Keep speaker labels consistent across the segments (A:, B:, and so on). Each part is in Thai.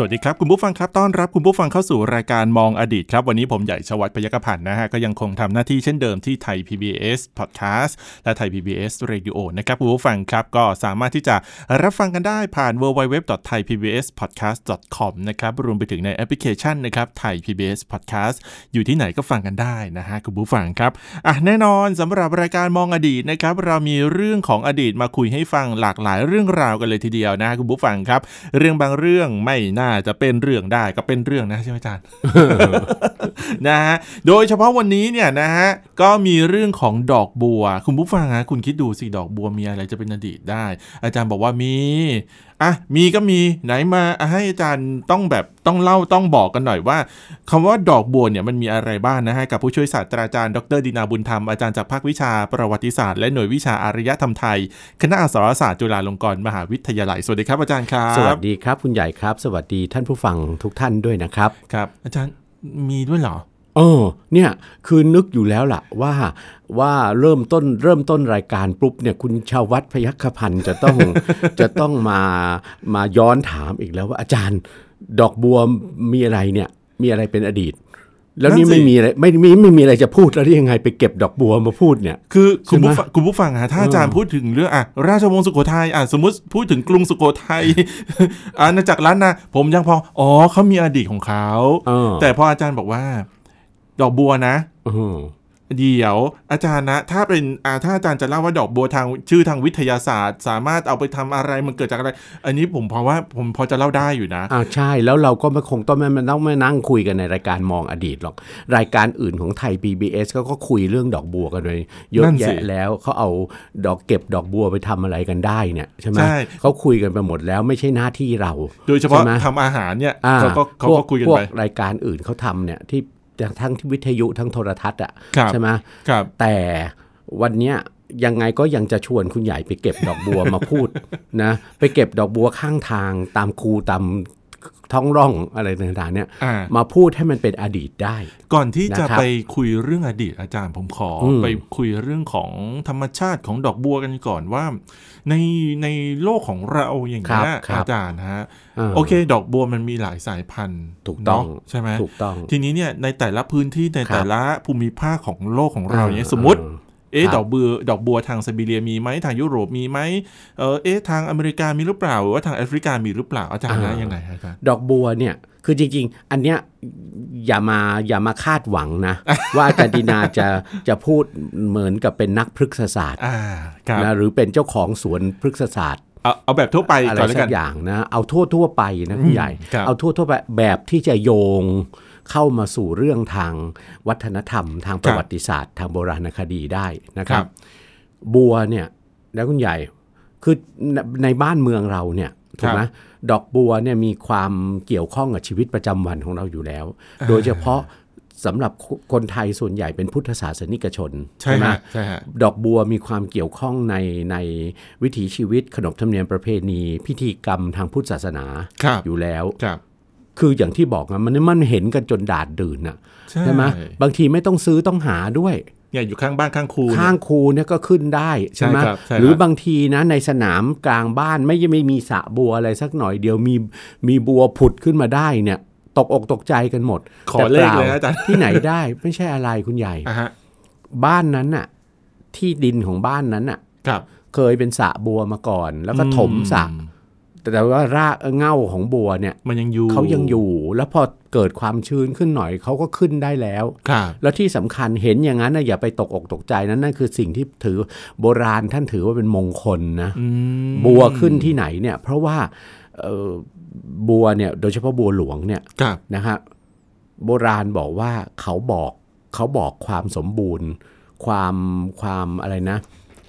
A: สวัสดีครับ คุณผู้ฟังครับต้อนรับคุณผู้ฟังเข้าสู่รายการมองอดีตครับ วันนี้ผมใหญ่ชวัฒน์พยกพันธ์นะฮะ ก็ยังคงทำหน้าที่เช่นเดิมที่ไทย PBS Podcast และไทย PBS Radio นะครับ คุณผู้ฟังครับ ก็สามารถที่จะรับฟังกันได้ผ่าน www.thaipbspodcast.com นะครับ รวมไปถึงในแอปพลิเคชันนะครับไทย PBS Podcast อยู่ที่ไหนก็ฟังกันได้นะฮะคุณผู้ฟังครับอ่ะแน่นอนสำหรับรายการมองอดีตนะครับเรามีเรื่องของอดีตมาคุยให้ฟังหลากหลายเรื่องราวกันเลยทีเดียวนะฮะคุณผู้ฟังครับ เรื่องบางเรื่องไม่น่าจะเป็นเรื่องได้ก็เป็นเรื่องนะใช่ไหมอาจารย์ นะฮะโดยเฉพาะวันนี้เนี่ยนะฮะก็มีเรื่องของดอกบัว คุณผู้ฟังฮะคุณคิดดูสิดอกบัวมีอะไรจะเป็นอดีตได้ อาจารย์บอกว่ามีอ่ะมีก็มีไหนมาอ่ะให้อาจารย์ต้องแบบต้องเล่าต้องบอกกันหน่อยว่าคำว่าดอกบัวเนี่ยมันมีอะไรบ้างนะฮะกับผู้ช่วยศาสตราจารย์ดรดินาบุญธรรมอาจารย์จากภาควิชาประวัติศาสตร์และหน่วยวิชาอารยธรรมไทย คณะอักษรศาสตร์จุฬาลงกรณ์มหาวิทยาลัยสวัสดีครับอาจารย์ครับ
B: สวัสดีครับคุณใหญ่ครับ สวัสดีท่านผู้ฟังทุกท่านด้วยนะครับ
A: ครับอาจารย์มีด้วยเหรอ
B: เออเนี่ยคือนึกอยู่แล้วล่ะว่าว่าเริ่มต้นเริ่มต้นรายการปุ๊บเนี่ยคุณชาววัดพยัคฆพันธ์จะต้อง จะต้องมามาย้อนถามอีกแล้วว่าอาจารย์ ดอกบัวมีอะไรเนี่ยมีอะไรเป็นอดีต แล้วนี่
A: นั่นสิ
B: ไม่มีอะไรไม่มีไม่มีอะไรจะพูดแล้วได้ยังไงไปเก็บดอกบัวมาพูดเนี่ย
A: คือคุณผู้
B: ใช่ไห
A: ฟั
B: ม
A: งคุณผู้ฟังฮะถ้าอาจารย์พูดถึงเรื่องอ่ะราชวงศ์สุโขทัยอ่ะสมมติพูดถึงกรุงสุโขทัย อาณาจักรล้านนาผมยังพออ๋อเขามีอดีตของเขา
B: เออ
A: แต่พออาจารย์บอกว่า ดอกบัวนะ
B: เออ
A: เดี๋ยว อาจารย์นะ ถ้าเป็นอ่าถ้าอาจารย์จะเล่าว่าดอกบัวทางชื่อทางวิทยาศาสตร์ สามารถเอาไปทำอะไรมันเกิดจากอะไร อันนี้ผมพอว่าผมพอจะเล่าได้อยู่นะ
B: อ่าใช่แล้วเราก็ไม่คงต้องไม่มาต้องไม่นั่งคุยกันในรายการมองอดีตหรอก รายการอื่นของไทย PBS ก็ก็คุยเรื่องดอกบัวกันเลยเยอะ
A: นั่นสิ
B: แยะแล้วเขาเอาดอกเก็บดอกบัวไปทำอะไรกันได้เนี่ยใช่ไหม
A: ใช่
B: เขาคุยกันไปหมดแล้วไม่ใช่หน้าที่เรา
A: โดยเฉพาะ
B: ใช่ไหม
A: ทำอาหารเนี่ย
B: อ่า
A: เขาก็เขา
B: พว
A: ก็คุยกัน
B: พว
A: ไป
B: รายการอื่นเขาทำเนี่ยที่ทั้งที่วิทยุทั้งโทรทัศน์อ่ะ
A: ครับ
B: ใช่ไหม
A: ครับ
B: แต่วันเนี้ยยังไงก็ยังจะชวนคุณใหญ่ไปเก็บดอกบัวมาพูด นะ ไปเก็บดอกบัวข้างทางตามคูตามท้องร่องอะไรต่างๆเนี่ย
A: อ่า
B: มาพูดให้มันเป็นอดีตได้
A: ก่อนที่จะ
B: นะครับ
A: ไปคุยเรื่องอดีตอาจารย์ผมขออ
B: ม
A: ไปคุยเรื่องของธรรมชาติของดอกบัวกันก่อนว่า ในในโลกของเราอย่างเงี้ยอาจารย์ฮะ
B: า
A: โอเค ดอกบัวมันมีหลายสายพันธุ์
B: ถูกต้อง
A: เนะใช่ไหม
B: ถูกต้อง
A: ทีนี้เนี่ยในแต่ละพื้นที่ใน
B: ครับ
A: แต่ละภูมิภาคของโลกของเราอย่างเนี้ยสมมติ
B: อ่า
A: เอ๊ะ
B: ครับ
A: ดอกบัวดอกบัวทางไซบีเรียมีไหมทางยุโรปมีไหมเออเอ๊ะทางอเมริกามีหรือเปล่าหรือว่าทางแอฟริกามีหรือเปล่าอาจารย์นะ
B: อ่ายั
A: ยังไงฮะอาจารย์
B: ดอกบัวเนี่ย คือจริง ๆ อันเนี้ยอย่ามาอย่ามาคาดหวัง นะ ว่าอาจารย์ดินาจะจะพูดเหมือนกับเป็นนักพฤกษศาสตร์
A: อ่าครับ
B: นะหรือเป็นเจ้าของสวนพฤกษศาสตร์
A: เอาเอาแบบทั่วไป
B: อะไร
A: ก่อนแล้ว
B: สั
A: กัน
B: กอย่างนะ เอาทั่วทั่วๆไปนะคุณใหญ่
A: ครับ
B: เอาทั่วทั่วๆไปแบบที่จะโยงเข้ามาสู่เรื่องทางวัฒนธรรม ทางประวัติศาสตร์ ทางโบราณคดีได้นะครับ บัวเนี่ยนะคุณใหญ่คือในในบ้านเมืองเราเนี่ยถูกไหมดอกบัวเนี่ยมีความเกี่ยวข้องกับชีวิตประจำวันของเราอยู่แล้ว โดยเฉพาะสำหรับคนไทยส่วนใหญ่เป็นพุทธศาสนิกชน
A: ใช่
B: ไหม
A: ฮะใช่ฮะ
B: ดอกบัวมีความเกี่ยวข้องในในวิถีชีวิตขนบธรรมเนียมประเพณี พิธีกรรมทางพุทธศาสนา
A: ครับ
B: อยู่แล้ว
A: ครับ
B: คืออย่างที่บอกนะมันมันเห็นกันจนดาดดื่นน่ะ
A: ใช่
B: ใช่ไหมบางทีไม่ต้องซื้อต้องหาด้วย
A: เนี่ยอยู่ข้างบ้านข้างครูเนี่ย
B: ข้างครูเนี่ยก็ขึ้นได้ใช่ไหม
A: ใช่ครับใช่ครับ
B: หรือบางทีนะในสนามกลางบ้านไม่ไม่มีสระบัวอะไรสักหน่อยเดียวมีมีบัวผุดขึ้นมาได้เนี่ยตกอกตกใจกันหมด
A: ขอ
B: แต่
A: เลข
B: ปา
A: เลยนะอาจารย์
B: ที่ไหนได้ไม่ใช่อะไรคุณใหญ่
A: อ่ะฮะ
B: บ้านนั้นน่ะที่ดินของบ้านนั้นน่ะ
A: ครับ
B: เคยเป็นสระบัวมาก่อน แล้วก็ถมสระ
A: อื
B: แต่ว่ารากเง่าของบัวเนี่ย
A: มันยังอยู่
B: เขายังอยู่แล้วพอเกิดความชื้นขึ้นหน่อยเขาก็ขึ้นได้แล้ว
A: ครับ
B: แล้วที่สำคัญเห็นอย่างนั้นนะอย่าไปตกอกตกใจนะนั่นคือสิ่งที่ถือโบราณท่านถือว่าเป็นมงคลนะ
A: อืม
B: บัวขึ้นที่ไหนเนี่ยเพราะว่าเอ่อบัวเนี่ยโดยเฉพาะบัวหลวงเนี่ย
A: ครับ
B: นะฮะโบราณบอกว่าเขาบอกเขาบอกความสมบูรณ์ ความความอะไรนะ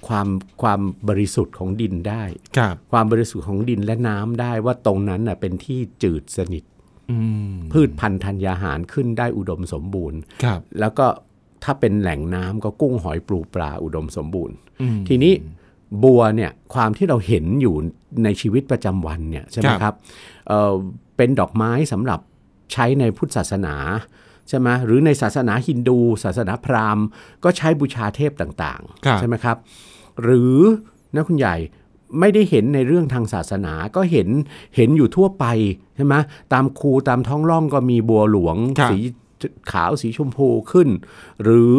B: ความความบริสุทธิ์ของดินได้
A: ครับ
B: ความบริสุทธิ์ของดินและน้ำได้ว่าตรงนั้นน่ะเป็นที่จืดสนิท
A: อืม
B: พืชพันธุ์ธัญญาหารขึ้นได้อุดมสมบูรณ์
A: ครับ
B: แล้วก็ ถ้าเป็นแหล่งน้ำก็กุ้งหอยปลูปลาอุดมสมบูรณ์
A: อืม
B: ทีนี้บัวเนี่ยความที่เราเห็นอยู่ในชีวิตประจำวันเนี่ยใช่ไหม
A: ครับ
B: ครับเอ่อเป็นดอกไม้สำหรับใช้ในพุทธศาสนาใช่ไหมหรือในศาสนาฮินดู ศาสนาพราหมณ์ ก็ใช้บูชาเทพต่าง
A: ครับ
B: ๆใช่ไหมครับ หรือนะคุณใหญ่ไม่ได้เห็นในเรื่องทางศาสนาก็เห็นเห็นอยู่ทั่วไปใช่ไหมตามคูตามท้องร่องก็มีบัวหลวง
A: ครับ
B: สีขาวสีชมพูขึ้น หรือ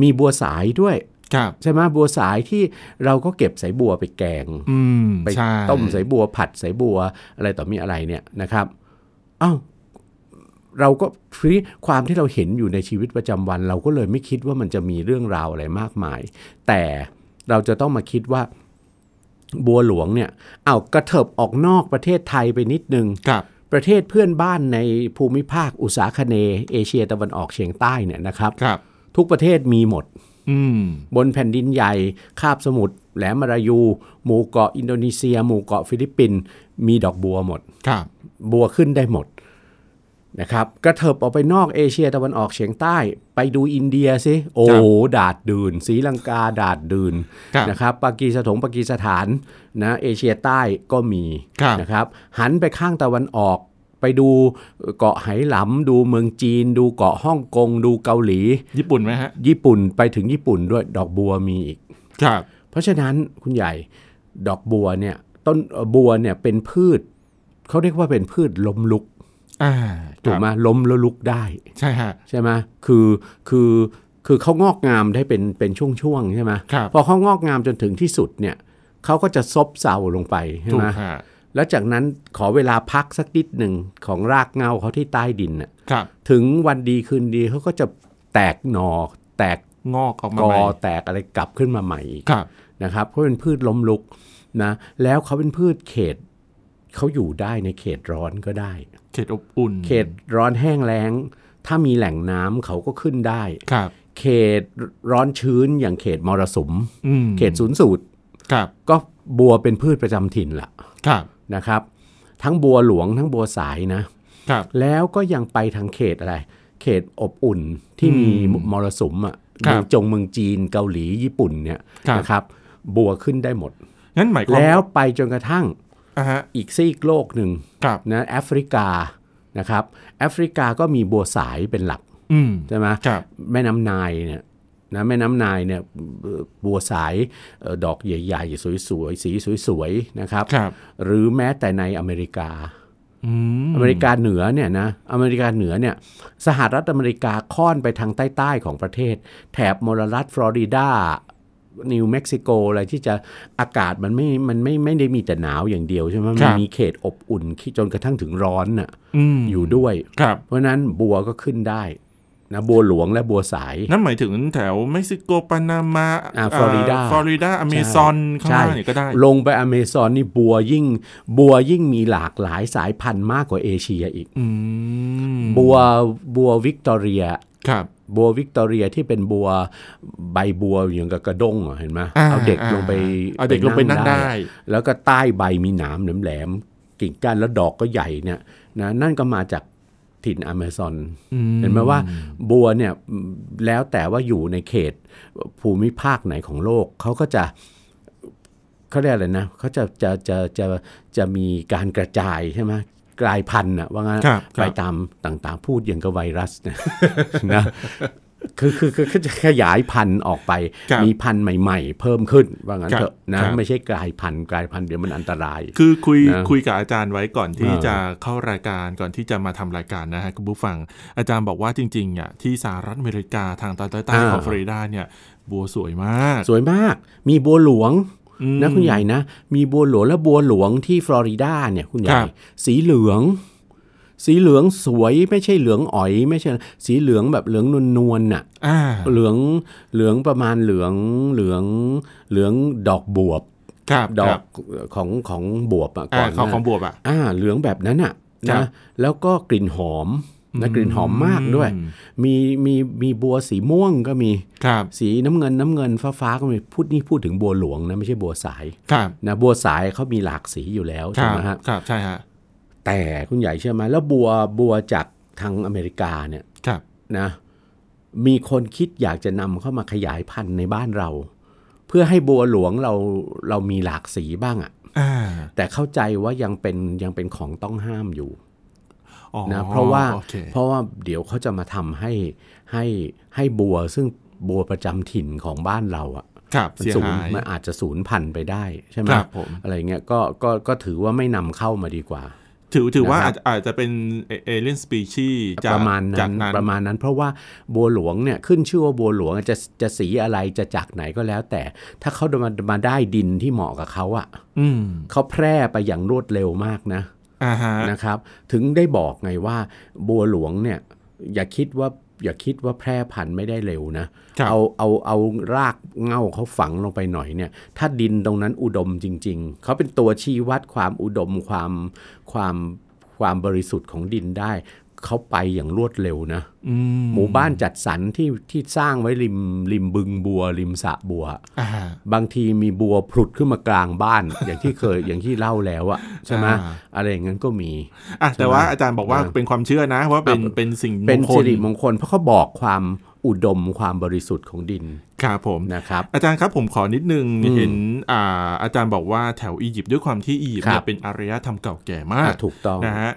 B: มีบัวสายด้วย
A: ครับ
B: ใช่ไหมบัวสายที่เราก็เก็บสายบัวไปแกง
A: อืม
B: ไป
A: ใช่
B: ต้มสายบัวผัดสายบัวอะไรต่อมีอะไรเนี่ยนะครับอ้าวเราก็ฟรีความที่เราเห็นอยู่ในชีวิตประจำวัน เราก็เลยไม่คิดว่ามันจะมีเรื่องราวอะไรมากมาย แต่เราจะต้องมาคิดว่าบัวหลวงเนี่ยเอาวกระเถิบออกนอกประเทศไทยไปนิดนึง
A: ครับ
B: ประเทศเพื่อนบ้านในภูมิภาคอุตสาคเนย์เอเชียตะวันออกเฉียงใต้เนี่ยนะครับ
A: ครับ
B: ทุกประเทศมีหมด
A: อืม
B: บนแผ่นดินใหญ่คาบสมุทรแหลมมารายู หมู่เกาะอินโดนีเซีย หมู่เกาะฟิลิปปินส์มีดอกบัวหมด
A: ครับ
B: บัวขึ้นได้หมดนะครับ กระเถิบออกไปนอกเอเชียตะวันออกเฉียงใต้ ไปดูอินเดียสิโอ้โหดาดดืนศรีลังกาดาดดืน
A: ครับ
B: นะครับปากีสถงปากีสถานนะเอเชียใต้ก็มี
A: ครับ
B: นะครับ หันไปข้างตะวันออก ไปดูเกาะไหหลำดูเมืองจีน ดูเกาะฮ่องกง ดูเกาหลี
A: ญี่ปุ่นไหมฮะ
B: ญี่ปุ่นไปถึงญี่ปุ่นด้วยดอกบัวมีอีก
A: ครับ
B: เพราะฉะนั้นคุณใหญ่ดอกบัวเนี่ยต้นเอ่อบัวเนี่ยเป็นพืชเขาเรียกว่าเป็นพืชล้มลุก
A: อ่า
B: ถูกไหม
A: ครับ
B: ล้มแล้วลุกได้
A: ใช่ฮะ
B: ใช่ไหมคือคือคือเขางอกงามได้เป็นเป็นช่วงๆใช่ไหม
A: ครับ
B: พอเขางอกงามจนถึงที่สุดเนี่ยเขาก็จะซบเซาลงไปใช่
A: ถู
B: ไห
A: ก
B: ม
A: ฮะ
B: แล้วจากนั้นขอเวลาพักสักนิดหนึ่งของรากเหงาเขาที่ใต้ดินน่ะ
A: ครับ
B: ถึงวันดีคืนดีเขาก็จะแตกหนอ่อแตก
A: งอกออกมาก ใหม่
B: อแตกอะไรกลับขึ้นมาใหม่อีก
A: ครับ
B: นะครับเพราะเป็นพืชล้มลุกนะแล้วเขาเป็นพืชเขตเขาอยู่ได้ในเขตร้อนก็ได้
A: เขตอบอุ่น
B: เขตร้อนแห้งแล้ง ถ้ามีแหล่งน้ำเขาก็ขึ้นได้
A: ครับ
B: เขตร้อนชื้นอย่างเขตมรสุม
A: อืม
B: เขตศูนย์สูตร
A: ครับ
B: ก็บัวเป็นพืชประจำถิ่นละ
A: ครับ
B: นะครับ ทั้งบัวหลวงทั้งบัวสายนะ
A: ครับ
B: แล้วก็ยังไปทางเขตอะไร เขตอบอุ่นที่มี
A: อืม
B: มรสุมอ่ะ
A: ครับ
B: เมืองจงเมืองจีนเกาหลีญี่ปุ่นเนี่ย
A: ครับ
B: นะครับ บัวขึ้นได้หมด
A: งั้นหมายความ
B: แล้วไปจนกระทั่ง
A: อ่าฮะ
B: อีกซีกโลกหนึ่ง
A: ครับ
B: นะแอฟริกานะครับแอฟริกาก็มีบัวสายเป็นหลัก
A: อืม
B: ใช่ไหม
A: ครับ
B: แม่น้ำนายเนี่ยนะแม่น้ำนายเนี่ยเอ่อบัวสายเอ่อดอกใหญ่ๆ สวยๆ สีสวยๆนะครับ
A: ครับ
B: หรือแม้แต่ในอเมริกา
A: อืม
B: อเมริกาเหนือเนี่ยนะอเมริกาเหนือเนี่ยสหรัฐอเมริกาค่อนไปทางใต้ๆของประเทศ แถบมลรัฐฟลอริดา นิวเม็กซิโกอะไรที่จะอากาศมันไม่มันไม่ไม่ได้มีแต่หนาวอย่างเดียวใช่ไหมมันมีเขตอบอุ่นที่จนกระทั่งถึงร้อนน่ะ
A: อืม
B: อยู่ด้วย
A: ครับ
B: เพราะฉะนั้นบัวก็ขึ้นได้นะบัวหลวงและบัวสาย
A: นั่นหมายถึงแถวเม็กซิโกปานามา
B: อ่าฟลอริดา
A: ฟลอริดา อเมซอนข้างล่างเนี่ยก็ได้
B: ลงไปอเมซอนนี่บัวยิ่ง บัวยิ่งมีหลากหลายสายพันธุ์มากกว่าเอเชียอีก
A: อืม
B: บัวบัววิกตอเรีย
A: ครับ
B: บัววิกตอเรียที่เป็นบัวใบบัวอย่างกับกระด้งอะเห็นไหม
A: อ่า
B: เอาเด็กลงไป
A: เอาเด็กลงไปนั่งได้
B: แล้วก็ใต้ใบมีหนามแหลมๆกิ่งก้านแล้วดอกก็ใหญ่เนี่ยนะนั่นก็มาจากถิ่นอเมซอน
A: อืม
B: เห็นไหมว่าบัวเนี่ยแล้วแต่ว่าอยู่ในเขตภูมิภาคไหนของโลกเขาก็จะเขาเรียกอะไรนะเขาจะจะจะจะจะมีการกระจายใช่ไหมกลายพันธุ์อะว่างั้น
A: ครับครับ
B: ไปตามต่างๆ พูดอย่างกับไวรัสเนย นะคือคือคือคือจะขยายพันธุ์ออกไป
A: ครับ
B: มีพันธุ์ใหม่ๆ เพิ่มขึ้นว่างั้นเถอะ
A: ครับ
B: นะครับ ไม่ใช่กลายพันธุ์กลายพันธุ์เดี๋ยวมันอันตราย
A: คือคุย
B: นะ
A: คุยกับอาจารย์ไว้ก่อนที่
B: เออ
A: จะเข้ารายการก่อนที่จะมาทำรายการนะฮะคุณผู้ฟัง อาจารย์บอกว่าจริงๆอ่ะที่สหรัฐอเมริกาทางตอนใต้
B: อ่า
A: ของฟลอริดาเนี่ยบัวสวยมาก
B: สวยมาก มีบัวหลวง
A: อืม
B: นะคุณใหญ่นะ มีบัวหลวงและบัวหลวงที่ฟลอริดาเนี่ยคุณให
A: ค
B: ญ่
A: รับ
B: สีเหลือง สีเหลืองสวยไม่ใช่เหลืองอ๋อย ไม่ใช่สีเหลืองแบบเหลืองนวลๆน่ะ
A: อ่า
B: เหลืองเหลืองประมาณเหลืองเหลืองเหลืองดอกบวบ
A: ครับ
B: ดอ
A: ครั
B: ก
A: บ
B: ของของบวบอะก่
A: อ่า
B: อน
A: ของ
B: นะ
A: ของบวบอ่ะ
B: อ่าเหลืองแบบนั้นอ่ะ
A: ครั
B: นะ
A: บ
B: แล้วก็กลิ่นหอมนะกลิ่นหอมมากด้วย
A: อืม
B: มีมีมีบัวสีม่วงก็มี
A: ครับ
B: สีน้ำเงินน้ำเงินฟ้าฟ้าก็มีพูดนี่พูดถึงบัวหลวงนะไม่ใช่บัวสาย
A: ครับ
B: นะบัวสายเขามีหลากสีอยู่แล้ว
A: ค
B: ใช่
A: รับ
B: ไหมฮะ
A: ครับใช่ฮะ
B: แต่คุณใหญ่เชื่อไหมแล้วบัวบัวจากทางอเมริกาเนี่ย
A: ครับ
B: นะ มีคนคิดอยากจะนำเข้ามาขยายพันธุ์ในบ้านเรา เพื่อให้บัวหลวงเราเรามีหลากสีบ้างอะ
A: อ่า
B: แต่เข้าใจว่ายังเป็นยังเป็นของต้องห้ามอยู่
A: อ๋อ
B: นะเพราะว่า
A: โอเค
B: เพราะว่าเดี๋ยวเขาจะมาทำให้ให้ให้บัวซึ่งบัวประจำถิ่นของบ้านเราอ่ะ
A: ครับ
B: มัน
A: เสีย
B: สูญ
A: หาย
B: มันอาจจะสูญพันธุ์ไปได้ใช่ไหม
A: ครับผม
B: อะไรเงี้ยก็ก็ก็ถือว่าไม่นำเข้ามาดีกว่า
A: ถือถือว่า
B: นะครั
A: อาจ
B: บ
A: อาจจะเป็นเอเลียนสปีชีจา
B: ป
A: ก
B: ระมาณ
A: จา
B: นั้
A: ก
B: น
A: นั้น
B: ประมาณนั้นเพราะว่าบัวหลวงเนี่ยขึ้นชื่อว่าบัวหลวงจะจะสีอะไรจะจากไหนก็แล้ว แต่ถ้าเขามามาได้ดินที่เหมาะกับเขาอ่ะ
A: อืม
B: เขาแพร่ไปอย่างรวดเร็วมากนะ
A: อ่าฮะ
B: นะครับถึงได้บอกไงว่าบัวหลวงเนี่ยอย่าคิดว่าอย่าคิดว่าแพร่พันธุ์ไม่ได้เร็วนะครับ เอาเอาเอารากเหง่าเขาฝังลงไปหน่อยเนี่ยถ้าดินตรงนั้นอุดมจริง ๆ เขาเป็นตัวชี้วัดความอุดมความความความบริสุทธิ์ของดินได้ เขาไปอย่างรวดเร็วนะ
A: อืม
B: หมู่บ้านจัดสรรที่ที่สร้างไว้ริมริมบึงบัว ริมสระบัว
A: อ่า
B: บางทีมีบัวผลุดขึ้นมากลางบ้าน อย่างที่เคยอย่างที่เล่าแล้วอะใช่ไหม
A: อ่า
B: อะไรอย่างนั้นก็มี
A: อ่ะแต่ว่า
B: ใช่ไหม
A: อาจารย์บอกว่า
B: อ่า
A: เป็นความเชื่อนะว่าเป็น
B: อ่ะ
A: เป็นสิ่งม
B: เป็น
A: งค
B: สิ
A: ล
B: ริมงคลเพราะเขาบอกความอุดมความบริสุทธิ์ของดิน
A: ครับผม
B: นะครับ
A: อาจารย์ครับผมขอนิดนึง
B: อืม
A: เห็นอ่าอาจารย์บอกว่าแถวอียิปต์ด้วยความที่อียิปต์
B: ค
A: เนี่
B: รั
A: ย
B: บ
A: เป็นอารยธรรมเก่าแก่มา
B: อ่ะ
A: ก
B: ถูกต้อง
A: นะฮะ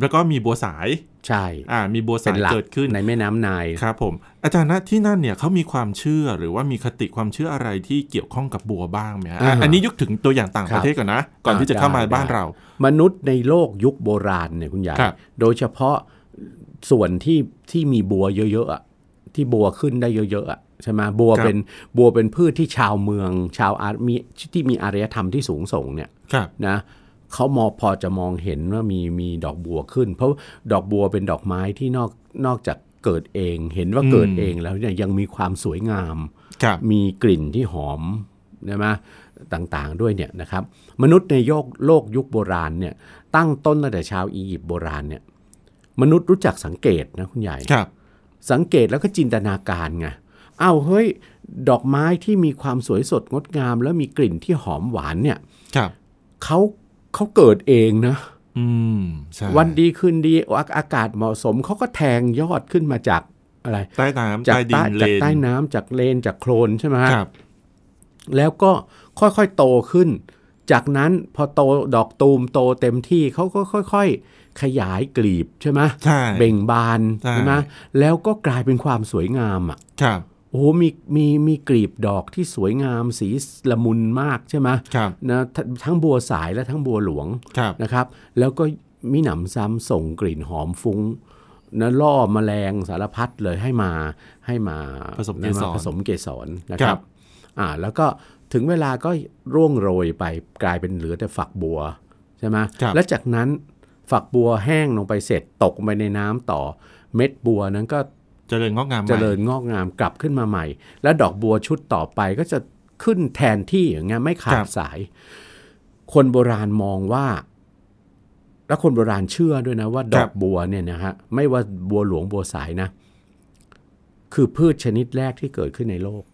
A: แล้วก็มีบัวสาย
B: ใช่
A: อ่ามีบัว
B: เป็
A: สาน ย
B: หลัก
A: เกิดขึ้น
B: ในแม่น้ำนาย
A: ครับผมอาจารย์ณที่นั่นเนี่ยเขามีความเชื่อหรือว่ามีคติความเชื่ออะไรที่เกี่ยวข้องกับบัวบ้างไหมฮะอ่ะอันนี้ยกถึงตัวอย่างต่างประเทศก่อนนะ ก่อนที่จะเข้ามาบ้านเรา
B: มนุษย์ในโลกยุคโบราณเนี่ยคุณยาย
A: ครับ
B: โดยเฉพาะส่วนที่ที่มีบัวเยอะๆอะที่บัวขึ้นได้เยอะๆอะใช่ไหมบัว
A: ครับ
B: เป็นบัวเป็นพืชที่ชาวเมือง ชาวอามีที่มีอารยธรรมที่สูงส่งเนี่ย
A: ครับ
B: นะเขามองพอจะมองเห็นว่ามีมีดอกบัวขึ้น เพราะดอกบัวเป็นดอกไม้ที่นอกนอกจากเกิดเองเห็นว่า
A: อืม
B: เกิดเองแล้วเนี่ยยังมีความสวยงาม
A: ครับ
B: มีกลิ่นที่หอมใช่ไหมต่างๆด้วยเนี่ยนะครับมนุษย์ในโลกโลกยุคโบราณเนี่ยตั้งต้นตั้งแต่ชาวอียิปต์โบราณเนี่ยมนุษย์รู้จักสังเกตนะคุณใหญ่
A: ครับ
B: สังเกตแล้วก็จินตนาการไงอ้าวเฮ้ย ดอกไม้ที่มีความสวยสดงดงาม แล้วมีกลิ่นที่หอมหวานเนี่ย
A: ครับ
B: เขาเขาเกิดเองนะ
A: อืมใช่
B: วันดีคืนดีอาอากาศเหมาะสมเขาก็แทงยอดขึ้นมาจากอะไร
A: ใต้น้ำ
B: จาก
A: ใต้ดินเล
B: จาก
A: น
B: ใต้น้ำจากเลนจากโคลนใช่ไหมฮะ
A: ครับ
B: แล้วก็ค่อยๆโตขึ้น จากนั้นพอโตดอกตูมโตเต็มที่เขาก็ค่อย ๆ ขยายกลีบใช่ไหม
A: ใช่
B: เบ่งบาน
A: ใช่
B: ไหมแล้วก็กลายเป็นความสวยงามอ่ะ
A: ครับ
B: โอ้โหมีมีมีกลีบดอกที่สวยงามสีละมุนมากใช่ไหม
A: ครับ
B: นะทั้งทั้งบัวสายและทั้งบัวหลวง
A: ครับ
B: นะครับแล้วก็มีหนำซ้ำส่งกลิ่นหอมฟุ้งนะล่อแมลงสารพัดเลยให้มาให้มา
A: ผสมเกสร
B: นะาผสมเกสรนะค
A: ครั
B: รับบ อ่าแล้วก็ถึงเวลาก็ร่วงโรยไปกลายเป็นเหลือแต่ฝักบัวใช่ไหม
A: ครับ
B: และจากนั้นฝักบัวแห้งลงไปเสร็จตกลงไปในน้ำต่อเม็ดบัวนั้นก็
A: เจริญงอกงามให
B: เจ
A: ม่
B: ริญงอกงามกลับขึ้นมาใหม่ และดอกบัวชุดต่อไปก็จะขึ้นแทนที่อย่างเงี้ยไม่ขาดสาย คนโบราณมองว่า และคนโบราณเชื่อด้วยนะว่าดอกบัวเนี่ยนะฮะไม่ว่าบัวหลวงบัวสายนะ คือพืชชนิดแรกที่เกิดขึ้นในโลก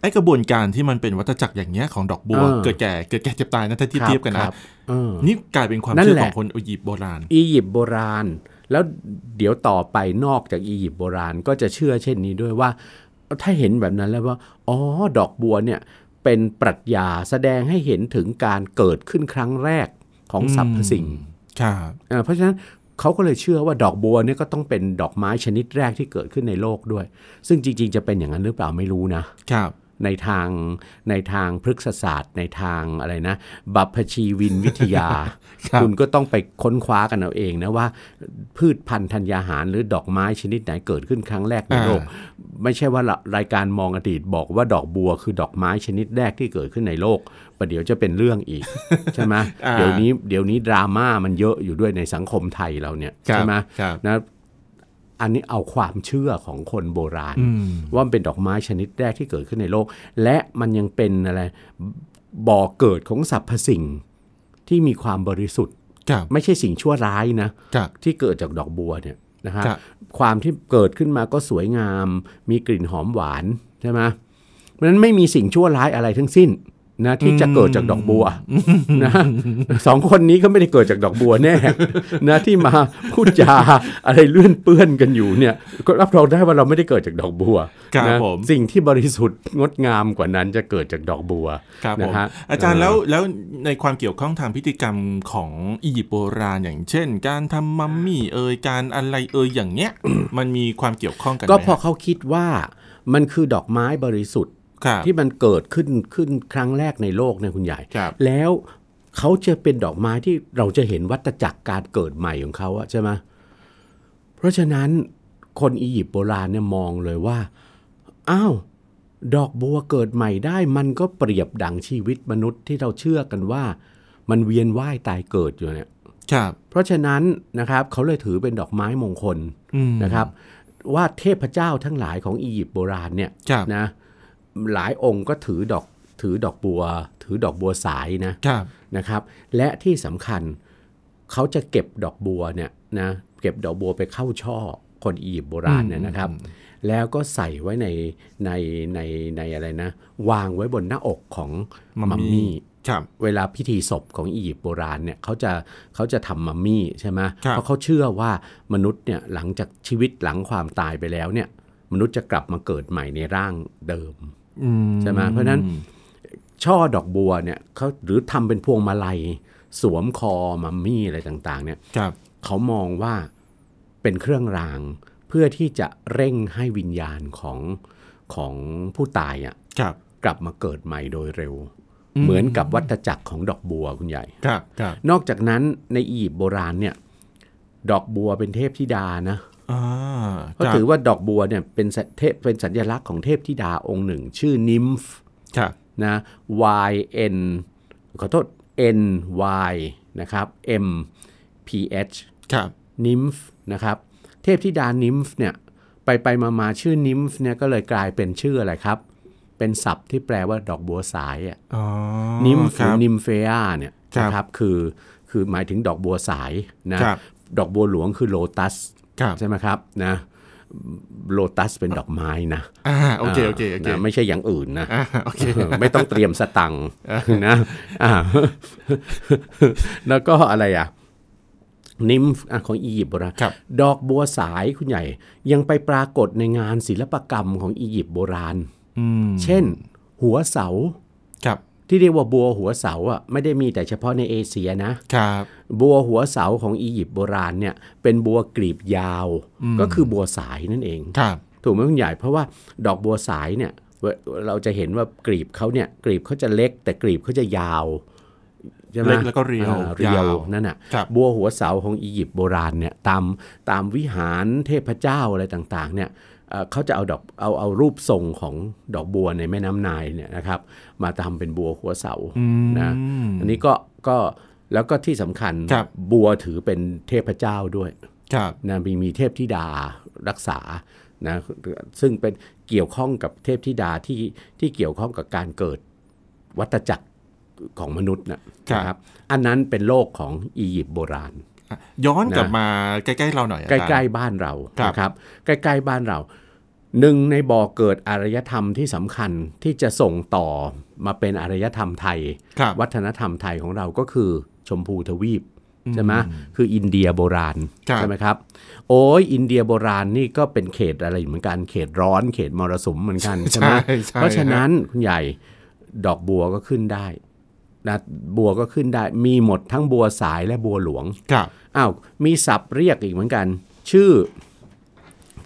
A: ไอ้กระบวนการที่มันเป็นวัฏจักรอย่างเงี้ยของดอกบัว
B: เออ
A: เกิดแก่เกิดแก่เจ็บตายนะถ้าที่
B: ครับ
A: เทียบกัน
B: ค
A: นะ
B: รับเออ
A: นี่กลายเป็นความ
B: นั่น
A: เชื่อ
B: แหละ
A: ของคนอียิปต์โบราณ
B: อียิปต์โบราณ แล้วเดี๋ยวต่อไปนอกจากอียิปต์โบราณก็จะเชื่อเช่นนี้ด้วยว่า ถ้าเห็นแบบนั้นแล้วว่า อ๋อ ดอกบัวเนี่ย เป็นปรัชญาแสดงให้เห็นถึงการเกิดขึ้นครั้งแรกของสรรพสิ่ง
A: ครับ
B: อ่าเพราะฉะนั้นเขาก็เลยเชื่อว่าดอกบัวเนี่ยก็ต้องเป็นดอกไม้ชนิดแรกที่เกิดขึ้นในโลกด้วย ซึ่งจริง ๆ จะเป็นอย่างนั้นหรือเปล่าไม่รู้นะ
A: ครับ
B: ในทางในทางพฤกษศาสตร์ ในทางอะไรนะบัพพชีวินวิทยา
A: ครับ
B: คุณก็ต้องไปค้นคว้ากันเอาเองนะว่า พืชพันธุ์ธัญญาหารหรือดอกไม้ชนิดไหนเกิดขึ้นครั้งแรกใน
A: อ่า
B: โลก ไม่ใช่ว่าละรายการมองอดีตบอกว่าดอกบัวคือดอกไม้ชนิดแรกที่เกิดขึ้นในโลกประเดี๋ยวจะเป็นเรื่องอีก ใช่ไหม
A: อ่า
B: เดี๋ยวนี้เดี๋ยวนี้ดราม่ามันเยอะอยู่ด้วยในสังคมไทยเราเนี่ยใช่ไหม
A: ครับ
B: นะอันนี้เอาความเชื่อของคนโบราณ
A: อืม
B: ว่ามันเป็นดอกไม้ชนิดแรกที่เกิดขึ้นในโลก และมันยังเป็นอะไรบ่อเกิดของสรรพสิ่งที่มีความบริสุทธิ์
A: ครับ
B: ไม่ใช่สิ่งชั่วร้ายนะ
A: ครับ
B: ที่เกิดจากดอกบัวเนี่ยนะฮะ
A: ครับ
B: ความที่เกิดขึ้นมาก็สวยงาม มีกลิ่นหอมหวานใช่ไหมเพราะฉะนั้นไม่มีสิ่งชั่วร้ายอะไรทั้งสิ้น นะที่จะเกิดจากดอกบัวนะสองคนนี้ก็ไม่ได้เกิดจากดอกบัวแน่ นะที่มาพูดจาอะไรเลื่อนเปื้อนกันอยู่เนี่ย ก็รับรองได้ว่าเราไม่ได้เกิดจากดอกบัว
A: ครับ
B: นะ
A: ผม
B: สิ่งที่บริสุทธิ์งดงามกว่านั้นจะเกิดจากดอกบัว
A: ครับผม
B: นะฮะ
A: อาจารย์
B: เอ่อ
A: แล้วแล้วในความเกี่ยวข้องทางพิธีกรรมของอียิปต์โบราณอย่างเช่น การทำมัมมี่เอยการอะไรเอยอย่างเนี้ย มันมีความเกี่ยวข้องกันไหม
B: ก็พอเขาคิดว่ามันคือดอกไม้บริสุทธิ์
A: ครับ
B: ที่มันเกิดขึ้นขึ้นครั้งแรกในโลกเนี่ยคุณใหญ่
A: ครับ
B: แล้วเขาจะเป็นดอกไม้ที่เราจะเห็นวัฏจักรการเกิดใหม่ของเขาอะใช่ไหมเพราะฉะนั้นคนอียิปต์โบราณเนี่ยมองเลยว่า อ้าว ดอกบัวเกิดใหม่ได้ มันก็เปรียบดังชีวิตมนุษย์ที่เราเชื่อกันว่า มันเวียนว่ายตายเกิดอยู่เนี่ย
A: ครับ
B: เพราะฉะนั้นนะครับเขาเลยถือเป็นดอกไม้มงคล
A: อืม
B: นะครับ ว่าเทพเจ้าทั้งหลายของอียิปต์โบราณเนี่ย
A: ครับ
B: นะหลายองค์ก็ถือดอกถือดอกบัว ถือดอกบัวสายนะครับนะครับ และที่สำคัญเขาจะเก็บดอกบัวเนี่ยนะเก็บดอกบัวไปเข้าช่อคนอียิปต์โบราณเนี่ยนะครับ แล้วก็ใส่ไว้ในในในในอะไรนะ วางไว้บนหน้าอกของ
A: มัม
B: มัม
A: มี่
B: มี่
A: ครับ
B: เวลาพิธีศพของอียิปต์โบราณเนี่ยเขาจะเขาจะทำมัมมี่ใช่ไหม
A: ครับ
B: เพราะเขาเชื่อว่ามนุษย์เนี่ยหลังจากชีวิตหลังความตายไปแล้วเนี่ยมนุษย์จะกลับมาเกิดใหม่ในร่างเดิม
A: อื
B: ใช่ไหมเพราะฉะนั้น ช่อดอกบัวเนี่ยเขาหรือทำเป็นพวงมาลัย สวมคอมัมมี่อะไรต่างๆเนี่ย
A: ครับ
B: เขามองว่าเป็นเครื่องราง เพื่อที่จะเร่งให้วิญญาณของของผู้ตายอ่ะ
A: ครับ
B: กลับมาเกิดใหม่โดยเร็ว
A: อืม
B: เหมือนกับวัฏจักรของดอกบัวคุณใหญ่
A: ครับครับ
B: นอกจากนั้นในอียิปต์โบราณเนี่ยดอกบัวเป็นเทพธิดานะ
A: อ่า
B: ก็
A: ครับ
B: ถือว่าดอกบัวเนี่ยเป็นสัตว์เทพเป็นสัญลักษณ์ของเทพธิดาองค์หนึ่ง ชื่อนิมฟ
A: ครับ
B: นะ Y N ขอโทษ N Y นะครับ M P H
A: ครับ
B: นิมฟ์นะครับเทพธิดานิมฟ์เนี่ยไปไปมามาชื่อนิมฟ์เนี่ยก็เลยกลายเป็นชื่ออะไรครับ เป็นศัพท์ที่แปลว่าดอกบัวสายอะ
A: อ๋อ
B: นิม
A: ค
B: ฟู
A: รับ
B: นิมเฟียเนี่ย
A: ครับ
B: นะครับคือคือหมายถึงดอกบัวสายนะครับ ดอกบัวหลวงคือโลตัส
A: ครับ
B: ใช่ไหมครับนะโลตัสเป็นดอกไม้นะ
A: อ่าโอเคโอเคโอเค
B: นะไม่ใช่อย่างอื่นนะ
A: อ่าโอเค
B: เออไม่ต้องเตรียมสตังค์นะอ่า แล้วก็อะไรอ่ะนิมฟ์อ่ะของอียิปต์โบราณ
A: ครับ
B: ดอกบัวสายคุณใหญ่ ยังไปปรากฏในงานศิลปกรรมของอียิปต์โบราณ
A: อืม
B: เช่น หัวเสา
A: ครับ
B: ที่เรียกว่าบัวหัวเสาอ่ะไม่ได้มีแต่เฉพาะในเอเชียนะ
A: ครับ
B: บัวหัวเสาของอียิปต์โบราณเนี่ยเป็นบัวกลีบยาว ก็คือบัวสายนั่นเอง
A: ครับ
B: ถูกไหมคุณใหญ่เพราะว่าดอกบัวสายเนี่ยเวเราจะเห็นว่ากลีบเขาเนี่ยกลีบเขาจะเล็ก แต่กลีบเขาจะยาวใช่ไหม
A: เล็กแล้วก็เรียว
B: อ่าเรียว
A: า
B: ย
A: ว
B: นั่นน่ะ
A: ครับ
B: บัวหัวเสาของอียิปต์โบราณเนี่ยตามตามวิหารเทพเจ้าอะไรต่างๆเนี่ยเอ่อเขาจะเอาดอกเอาเอารูปทรงของดอกบัวในแม่น้ำไนายเนี่ยนะครับ มาทำเป็นบัวหัวเสา
A: อืม
B: นะ อันนี้ก็ก็แล้วก็ที่สำคัญ
A: ครับ
B: บัวถือเป็นเทพเจ้าด้วย
A: ครับ
B: นะมีมีเทพธิดารักษานะซึ่งเป็นเกี่ยวข้องกับเทพธิดาที่ที่เกี่ยวข้องกับการเกิดวัฏจักรของมนุษย์นะครับ นะอันนั้นเป็นโลกของอียิปต์โบราณ
A: อ่ะย้อนกลับ
B: นะ
A: มาใกล้ๆเราหน่อยอา
B: ใก
A: จารย์
B: ล้ๆบ้านเรา
A: ครับ
B: นะครับใกล้ๆบ้านเราหนึ่งในบ่อเกิดอารยธรรมที่สำคัญที่จะส่งต่อมาเป็นอารยธรรมไทย
A: ครับ
B: วัฒนธรรมไทยของเราก็คือชมพูทวีป
A: อืม
B: ใช่ไหมคืออินเดียโบราณ
A: ครับ
B: ใช่ไหมครับ โอ้ยอินเดียโบราณนี่ก็เป็นเขตอะไรอยู่เหมือนกันเขตร้อนเขตมรสุมเหมือน กันใช่ไหม
A: ใช่
B: เพราะฉะนั้นคุณใหญ่ดอกบัวก็ขึ้นได้นะบัวก็ขึ้นได้มีหมดทั้งบัวสายและบัวหลวง
A: ครับ
B: อ้าวมีศัพท์เรียกอีกเหมือนกัน ชื่อ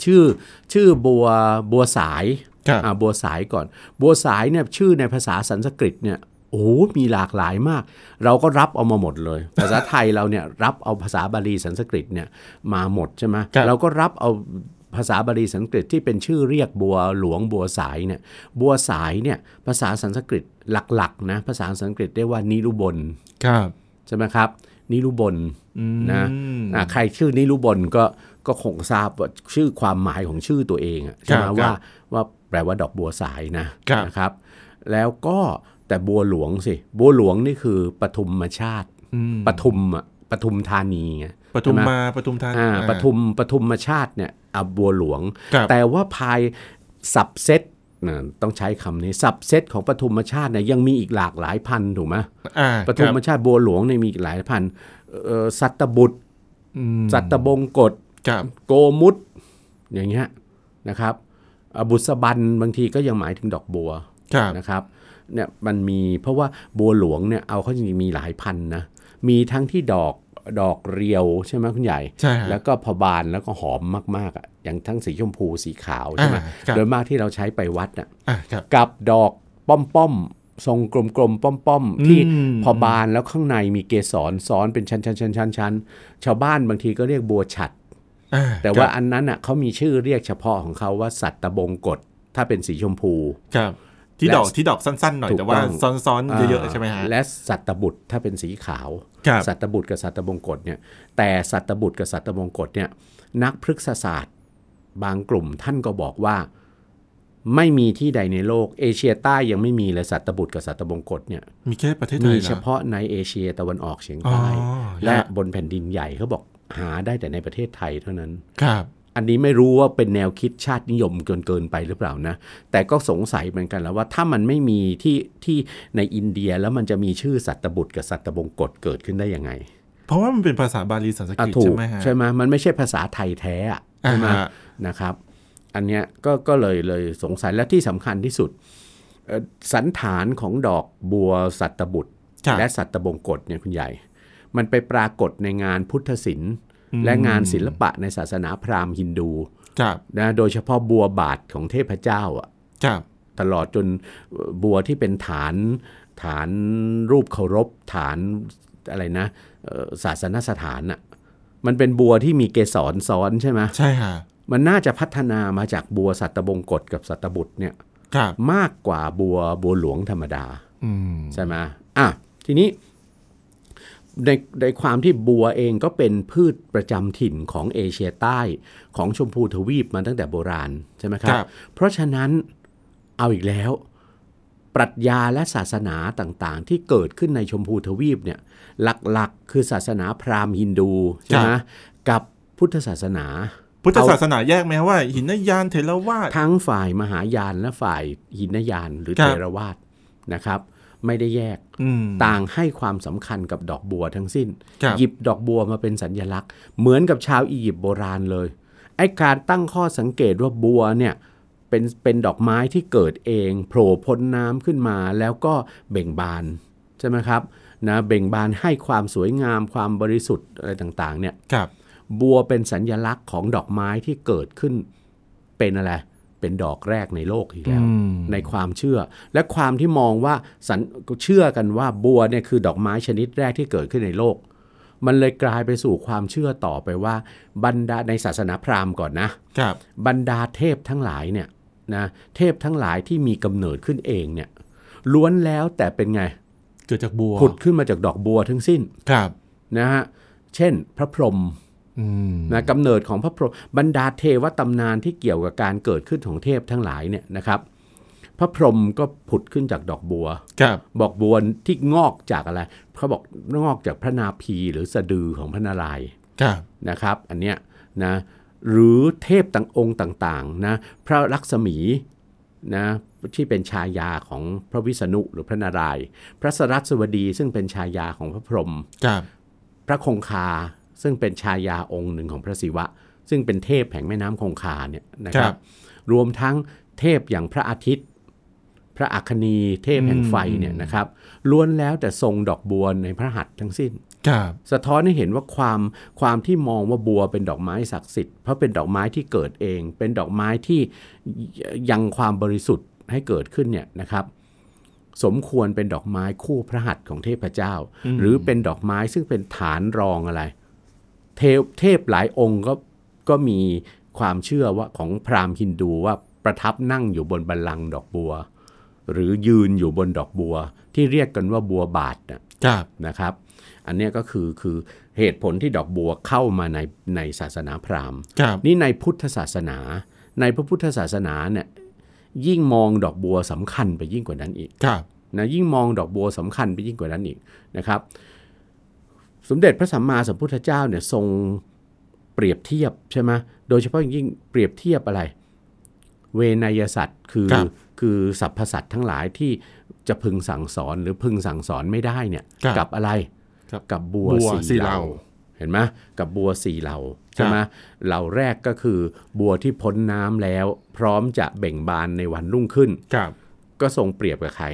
B: ชื่อชื่อบัวบัวสาย
A: ครับ
B: อ่าบัวสายก่อน บัวสายเนี่ยชื่อในภาษาสันสกฤตเนี่ยโอ้โหมีหลากหลายมาก เราก็รับเอามาหมดเลย ภาษาไทยเราเนี่ยรับเอาภาษาบาลีสันสกฤตเนี่ยมาหมดใช่ไหม
A: ครับ
B: เราก็รับเอาภาษาบาลีสันสกฤตที่เป็นชื่อเรียกบัวหลวงบัวสายเนี่ยบัวสายเนี่ยภาษาสันสกฤตหลักๆนะภาษาสันสกฤตเรียกว่านิรุบล
A: ครับ
B: ใช่ไหมครับนิรุบล
A: อืม
B: นะ อ่ะใครชื่อนิรุบลก็ก็คงทราบว่าชื่อความหมายของชื่อตัวเองอะใช่ไหม
A: ครับ
B: ว่าว่าแปลว่าดอกบัวสายนะครับ นะครับ แล้วก็แต่บัวหลวงสิ บัวหลวงนี่คือปทุมชาติ
A: อืม
B: ปทุมอะปทุมธานีไง
A: ปทุม
B: ใช่ไห
A: มาปทุมธานี
B: อ่า
A: อ่า
B: ปทุมปทุมชาติเนี่ยอ่ะบัวหลวง
A: ครับ
B: แต่ว่าภายสับเซต เอ่อต้องใช้คำนี้สับเซตของปฐุมชาติเนี่ยยังมีอีกหลากหลายพันธุ์ถูกไหม
A: อ่า
B: ปฐุมชาติบัวหลวงเนี่ยมีอีกหลายพันธุ์เอ่อสัตตบุตร สัตตบงกฎ
A: ครับ
B: โกมุตอย่างเงี้ยนะครับเอ่อบุษบันบางทีก็ยังหมายถึงดอกบัว
A: ครับ
B: นะครับเนี่ยมันมีเพราะว่าบัวหลวงเนี่ยเอาเขาจริงๆมีหลายพันธุ์นะมีทั้งที่ดอกดอกเรียวใช่ไหมคุณใหญ่
A: ใช่ฮะ
B: แล้วก็พอบานแล้วก็หอมมากๆอ่ะอย่างทั้งสีชมพูสีขาวใช่ไหม
A: อ่าครับ
B: โดยมากที่เราใช้ไปวัดอ่ะ
A: อ่าครับ
B: กับดอกป้อมป้อมๆทรงกลมๆป้อมๆที่
A: อืม
B: พอบานแล้วข้างในมีเกสรซ้อนเป็นชั้นๆๆๆๆชาวบ้านบางทีก็เรียกบัวฉัด
A: อ่
B: แต่ว่าอันนั้นอ่ะเขามีชื่อเรียกเฉพาะของเขาว่าสัตตบงกฎถ้าเป็นสีชมพู
A: ครับที่
B: และ
A: ดอกที่ดอกสั้นๆหน่อย
B: ถูก
A: แต่ว่า
B: ต้
A: ซ้
B: อง
A: อนๆเยอะๆใช่ไหมฮะ
B: และสัตตบุตรถ้าเป็นสีขาว
A: ครับ
B: สัตตบุตรกับสัตตบงกฎเนี่ยแต่สัตตบุตรกับสัตตบงกฎเนี่ยนักพฤกษศาสตร์บางกลุ่มท่านก็บอกว่าไม่มีที่ใดในโลก เอเชียใต้ยังไม่มีเลยสัตตบุตรกับสัตตบงกฎเนี่ย
A: มีแค่ประเทศไท
B: มี
A: ยหรอ
B: เฉพาะในเอเชียตะวันออกเฉียงใต้
A: อ๋อ
B: และบนแผ่นดินใหญ่เขาบอกหาได้แต่ในประเทศไทยเท่านั้น
A: ครับ
B: อันนี้ไม่รู้ว่าเป็นแนวคิดชาตินิยมเกินเกินไปหรือเปล่านะ แต่ก็สงสัยเหมือนกันแล้วว่าถ้ามันไม่มีที่ที่ในอินเดียแล้วมันจะมีชื่อสัตบุตรกับสัตบงกฎเกิดขึ้นได้ยังไง
A: เพราะว่ามันเป็นภาษาบาลีสันส
B: อ่ะ
A: กฤต
B: ถู
A: ใช่
B: ก
A: ไหมฮะ
B: ใช่ไหมมันไม่ใช่ภาษาไทยแท้อะใช่ไหม
A: อ่าฮะ
B: นะครับ อันเนี้ยก็ก็เลยเลยสงสัยและที่สำคัญที่สุดเอ่อสันฐานของดอกบัวสัตบุตร
A: ครับ
B: และสัตบงกฎเนี่ยคุณใหญ่ มันไปปรากฏในงานพุทธศิลป์และงานศิลปะในศาสนาพราหมณ์ฮินดู
A: ครับ
B: นะโดยเฉพาะบัวบาทของเทพเจ้าอะ
A: ครับ
B: ตลอดจนเอ่อบัวที่เป็นฐานฐานรูปเคารพฐานอะไรนะเอ่อศาสนสถานอะมันเป็นบัวที่มีเกสรซ้อนใช่ไหม
A: ใช่ฮะ
B: มันน่าจะพัฒนามาจากบัวสัตบงกฎกับสัตบุตรเนี่ย
A: ครับ
B: มากกว่าบัวบัวหลวงธรรมดา
A: อืม
B: ใช่ไหมอ่ะ ทีนี้ในในความที่บัวเองก็เป็นพืชประจำถิ่นของเอเชียใต้ของชมพูทวีปมาตั้งแต่โบราณใช่ไหมค
A: ครับ รับ
B: เพราะฉะนั้นเอาอีกแล้ว ปรัชญาและศาสนาต่างๆ ที่เกิดขึ้นในชมพูทวีปเนี่ยหลักๆ คือศาสนาพราหมณ์ฮินดูใช่ไหมกับพุทธศาสนา
A: พุทธศาสนาแยกไหมฮะว่า หินนยานเทรวาท
B: ทั้งฝ่ายมหายานและฝ่ายหินยานหรือ
A: ครั
B: เท
A: บ
B: รวาทนะครับ ไม่ได้แยก
A: อืม
B: ต่างให้ความสำคัญกับดอกบัวทั้งสิ้น
A: ครับ
B: หยิบดอกบัวมาเป็นสัญญลักษณ์ เหมือนกับชาวอียิปต์โบราณเลย ไอ้การตั้งข้อสังเกตว่าบัวเนี่ยเป็นเป็นดอกไม้ที่เกิดเองโผล่พ้นน้ำขึ้นมาแล้วก็เบ่งบานใช่ไหมครับนะเบ่งบานให้ความสวยงามความบริสุทธิ์อะไรต่างๆเนี่ย
A: ครับ
B: บัวเป็นสัญญลักษณ์ของดอกไม้ที่เกิดขึ้นเป็นอะไรเป็นดอกแรกในโลกอีกแล้ว
A: อืม
B: ในความเชื่อและความที่มองว่าสันเชื่อกันว่าบัวเนี่ยคือดอกไม้ชนิดแรกที่เกิดขึ้นในโลก มันเลยกลายไปสู่ความเชื่อต่อไปว่าบรรดาในศาสนาพราหมณ์ก่อนนะ
A: ครับ
B: บรรดาเทพทั้งหลายเนี่ยนะเทพทั้งหลายที่มีกำเนิดขึ้นเองเนี่ยล้วนแล้วแต่เป็นไง
A: เกิดจากบัว
B: ผุดขึ้นมาจากดอกบัวทั้งสิ้น
A: ครับ
B: นะฮะเช่นพระพรหม
A: อืม
B: นะกำเนิดของพระพรหมบรรดาเทวตำนานที่เกี่ยวกับการเกิดขึ้นของเทพทั้งหลายเนี่ยนะครับ พระพรหมก็ผุดขึ้นจากดอกบัว
A: ครับ
B: บอกบัวที่งอกจากอะไรเขาบอกงอกจากพระนาพีหรือสะดือของพระนารายณ์
A: ครับ
B: นะครับ อันเนี้ยนะหรือเทพต่างองค์ต่างๆนะพระลักษมีนะที่เป็นชายาของพระวิษณุหรือพระนารายณ์พระสรัสวดีซึ่งเป็นชายาของพระพรหม
A: ครับ
B: พระคงคาซึ่งเป็นชายาองค์หนึ่งของพระศิวะ ซึ่งเป็นเทพแห่งแม่น้ำคงคาเนี่ยนะ
A: ค
B: ค
A: รั
B: รับ บ รวมทั้งเทพอย่างพระอาทิตย์ พระอัคนีเทพแห่งไฟ
A: อืม
B: เนี่ยนะครับล้วนแล้วแต่ทรงดอกบัวในพระหัตถ์ทั้งสิ้น
A: ครับ
B: สะท้อนให้เห็นว่าความความที่มองว่าบัวเป็นดอกไม้ศักดิ์สิทธิ์เพราะเป็นดอกไม้ที่เกิดเอง เป็นดอกไม้ที่ยยังความบริสุทธิ์ให้เกิดขึ้นเนี่ยนะครับ สมควรเป็นดอกไม้คู่พระหัตถ์ของเทพเจ้า หรือเป็นดอกไม้ซึ่งเป็นฐานรองอะไร เทพเทพหลายองค์ก็ก็มีความเชื่อว่าของพราหมณ์ฮินดูว่าประทับนั่งอยู่บนบัลลังก์ดอกบัว หรือยืนอยู่บนดอกบัว ที่เรียกกันว่าบัวบาทน่ะ
A: ครับ
B: นะครับ อันเนี้ยก็คือคือเหตุผลที่ดอกบัวเข้ามาในในศาสนาพราหมณ์
A: ครับ
B: นี่ในพุทธศาสนา ในพระพุทธศาสนาเนี่ยยิ่งมองดอกบัวสำคัญไปยิ่งกว่านั้นอีก
A: ครับ
B: นะยิ่งมองดอกบัวสำคัญไปยิ่งกว่านั้นอีกนะครับ สมเด็จพระสัมมาสัมพุทธเจ้าเนี่ยทรงเปรียบเทียบใช่ไหมโดยเฉพาะอย่างยิ่งเปรียบเทียบอะไร เวนยสัตว์คือ
A: ครับ
B: คือสรรพสัตว์ทั้งหลายที่จะพึงสั่งสอนหรือพึงสั่งสอนไม่ได้เนี่ย
A: ครับ
B: กับอะไร
A: ครับ
B: กับบัว
A: บัวสี่
B: สี่
A: เห
B: เห
A: ล่า
B: ล่าเห็นไหมกับบัวสี่เหล่าใช่ไหม
A: ครับ
B: เหล่าแรกก็คือบัวที่พ้นน้ำแล้ว พร้อมจะเบ่งบานในวันรุ่งขึ้น
A: ครับ
B: ก็ทรงเปรียบกับใคร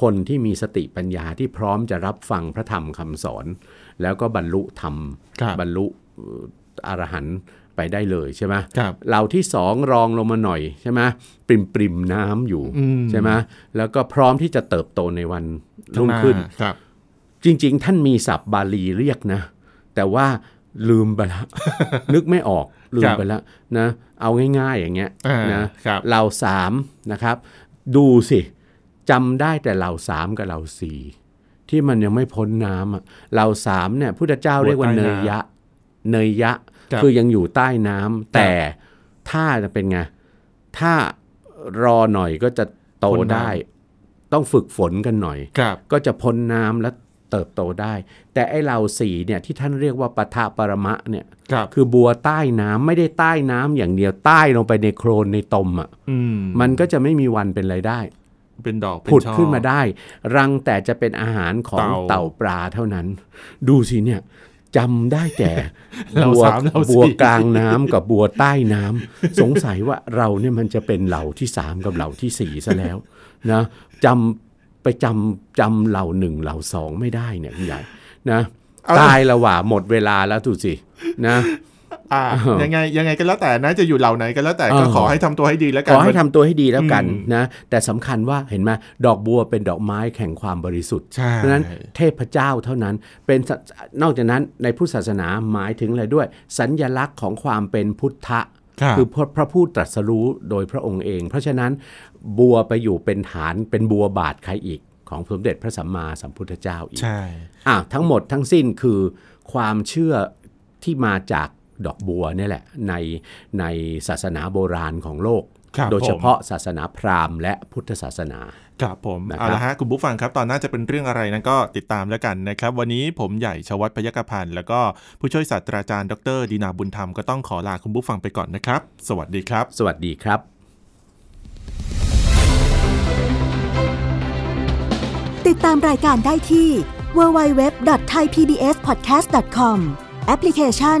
B: คนที่มีสติปัญญาที่พร้อมจะรับฟังพระธรรมคำสอน แล้วก็บรรลุธรรม
A: ครับ
B: บรรลุเอ่ออรหันต์ไปได้เลยใช่ไหม
A: ครับ
B: เหล่าที่สองรองลงมาหน่อยใช่ไหมปริมปริมน้ำอยู่
A: อืม
B: ใช่ไหมแล้วก็พร้อมที่จะเติบโตในวันรุ่งขึ้น
A: ข้าหาครับ
B: จริง ๆ ท่านมีศัพท์บาลีเรียกนะ แต่ว่าลืมไปละ นึกไม่ออกลื
A: ครั
B: ม
A: บ
B: ไปละนะเอาง่ายๆอย่างเงี้ย
A: อ่า
B: นะ
A: ครับ
B: เหล่าสามนะครับ ดูสิจำได้แต่เหล่าสามกับเหล่าสี่ที่มันยังไม่พ้นน้ำอะเหล่าสามเนี่ยพุทธเจ้าเรียกว่า
A: อยู่ใต้
B: เนยยะ เนยยะ
A: ครับ
B: คือยังอยู่ใต้น้ำแต่ถ้าจะเป็นไงถ้ารอหน่อยก็จะโต
A: พ้นน้ำ
B: ได้ ต้องฝึกฝนกันหน่อย
A: ครับ
B: ก็จะพ้นน้ำและเติบโตได้ แต่ไอเหล่าสี่เนี่ยที่ท่านเรียกว่าปะทะปรมะเนี่ย
A: ครับ
B: คือบัวใต้น้ำไม่ได้ใต้น้ำอย่างเดียวใต้ลงไปในโคลนในตมอ่ะ
A: อืม
B: มันก็จะไม่มีวันเป็นไรายได้
A: เป็นดอกเป็
B: ผุด
A: ช่อ
B: ขึ้นมาได้ รังแต่จะเป็นอาหารของ
A: เต่า
B: เต่าปลาเท่านั้น ดูสิเนี่ยจำได้แต่
A: เรา
B: บัว
A: สามเราสี่
B: บัวกลางน้ำกับ บัวใต้น้ำสงสัยว่าเราเนี่ยมันจะเป็นเหล่าที่สามกับเหล่าที่สี่ซะแล้วนะจำไปจำจำเหล่าหนึ่งเหล่าสองไม่ได้เนี่ยคุณใหญ่นะ
A: เอา
B: ตายและหว่าหมดเวลาแล้วดูสินะ
A: อ่า
B: เออ
A: ยังไงยังไงก็แล้วแต่นะจะอยู่เหล่าไหนก็แล้วแต่ก็
B: เออ
A: ขอให้ทำตัวให้ดีแล้ว
B: ข
A: กัน
B: อให้ทำตัวให้ดีแล้วกัน
A: อืม
B: นะแต่สำคัญว่าเห็นไหมดอกบัวเป็นดอกไม้แห่งความบริสุทธิ์
A: ใช่
B: เพราะฉะนั้นเทพเจ้าเท่านั้นเป็นสันอกจากนั้นในพุทธศาสนาหมายถึงอะไรด้วย สัญญลักษณ์ของความเป็นพุทธะ
A: ครับ
B: อพระพระผู้ตรัสรู้โดยพระองค์เอง เพราะฉะนั้นบัวไปอยู่เป็นฐานเป็นบัวบาทใครอีก ของสมเด็จพระสัมมาสัมพุทธเจ้าอีก
A: ใช่
B: อ่ะทั้งหมดทั้งสิ้นคือความเชื่อที่มาจากดอกบัวเนี่ยแหละในในศาสนาโบราณของโลก
A: ครับ
B: โดยเฉ
A: ผม
B: พาะศาสนาพราหมณ์และพุทธศาสนา
A: ครับผม
B: นะครั
A: เอา
B: บ
A: ละฮะคุณผู้ฟังครับ ตอนหน่าจะเป็นเรื่องอะไรนั้นก็ติดตามแล้วกันนะครับ วันนี้ผมใหญ่ชวัฒน์พยกพันธ์แล้วก็ผู้ช่วยศาสตราจารย์ดรดีนาบุญธรรมก็ต้องขอลาคุณผู้ฟังไปก่อนนะครับ สวัสดีครับ
B: สวัสดีครับ
C: ติดตามรายการได้ที่ www.thaipbspodcast.com แอปพลิเคชัน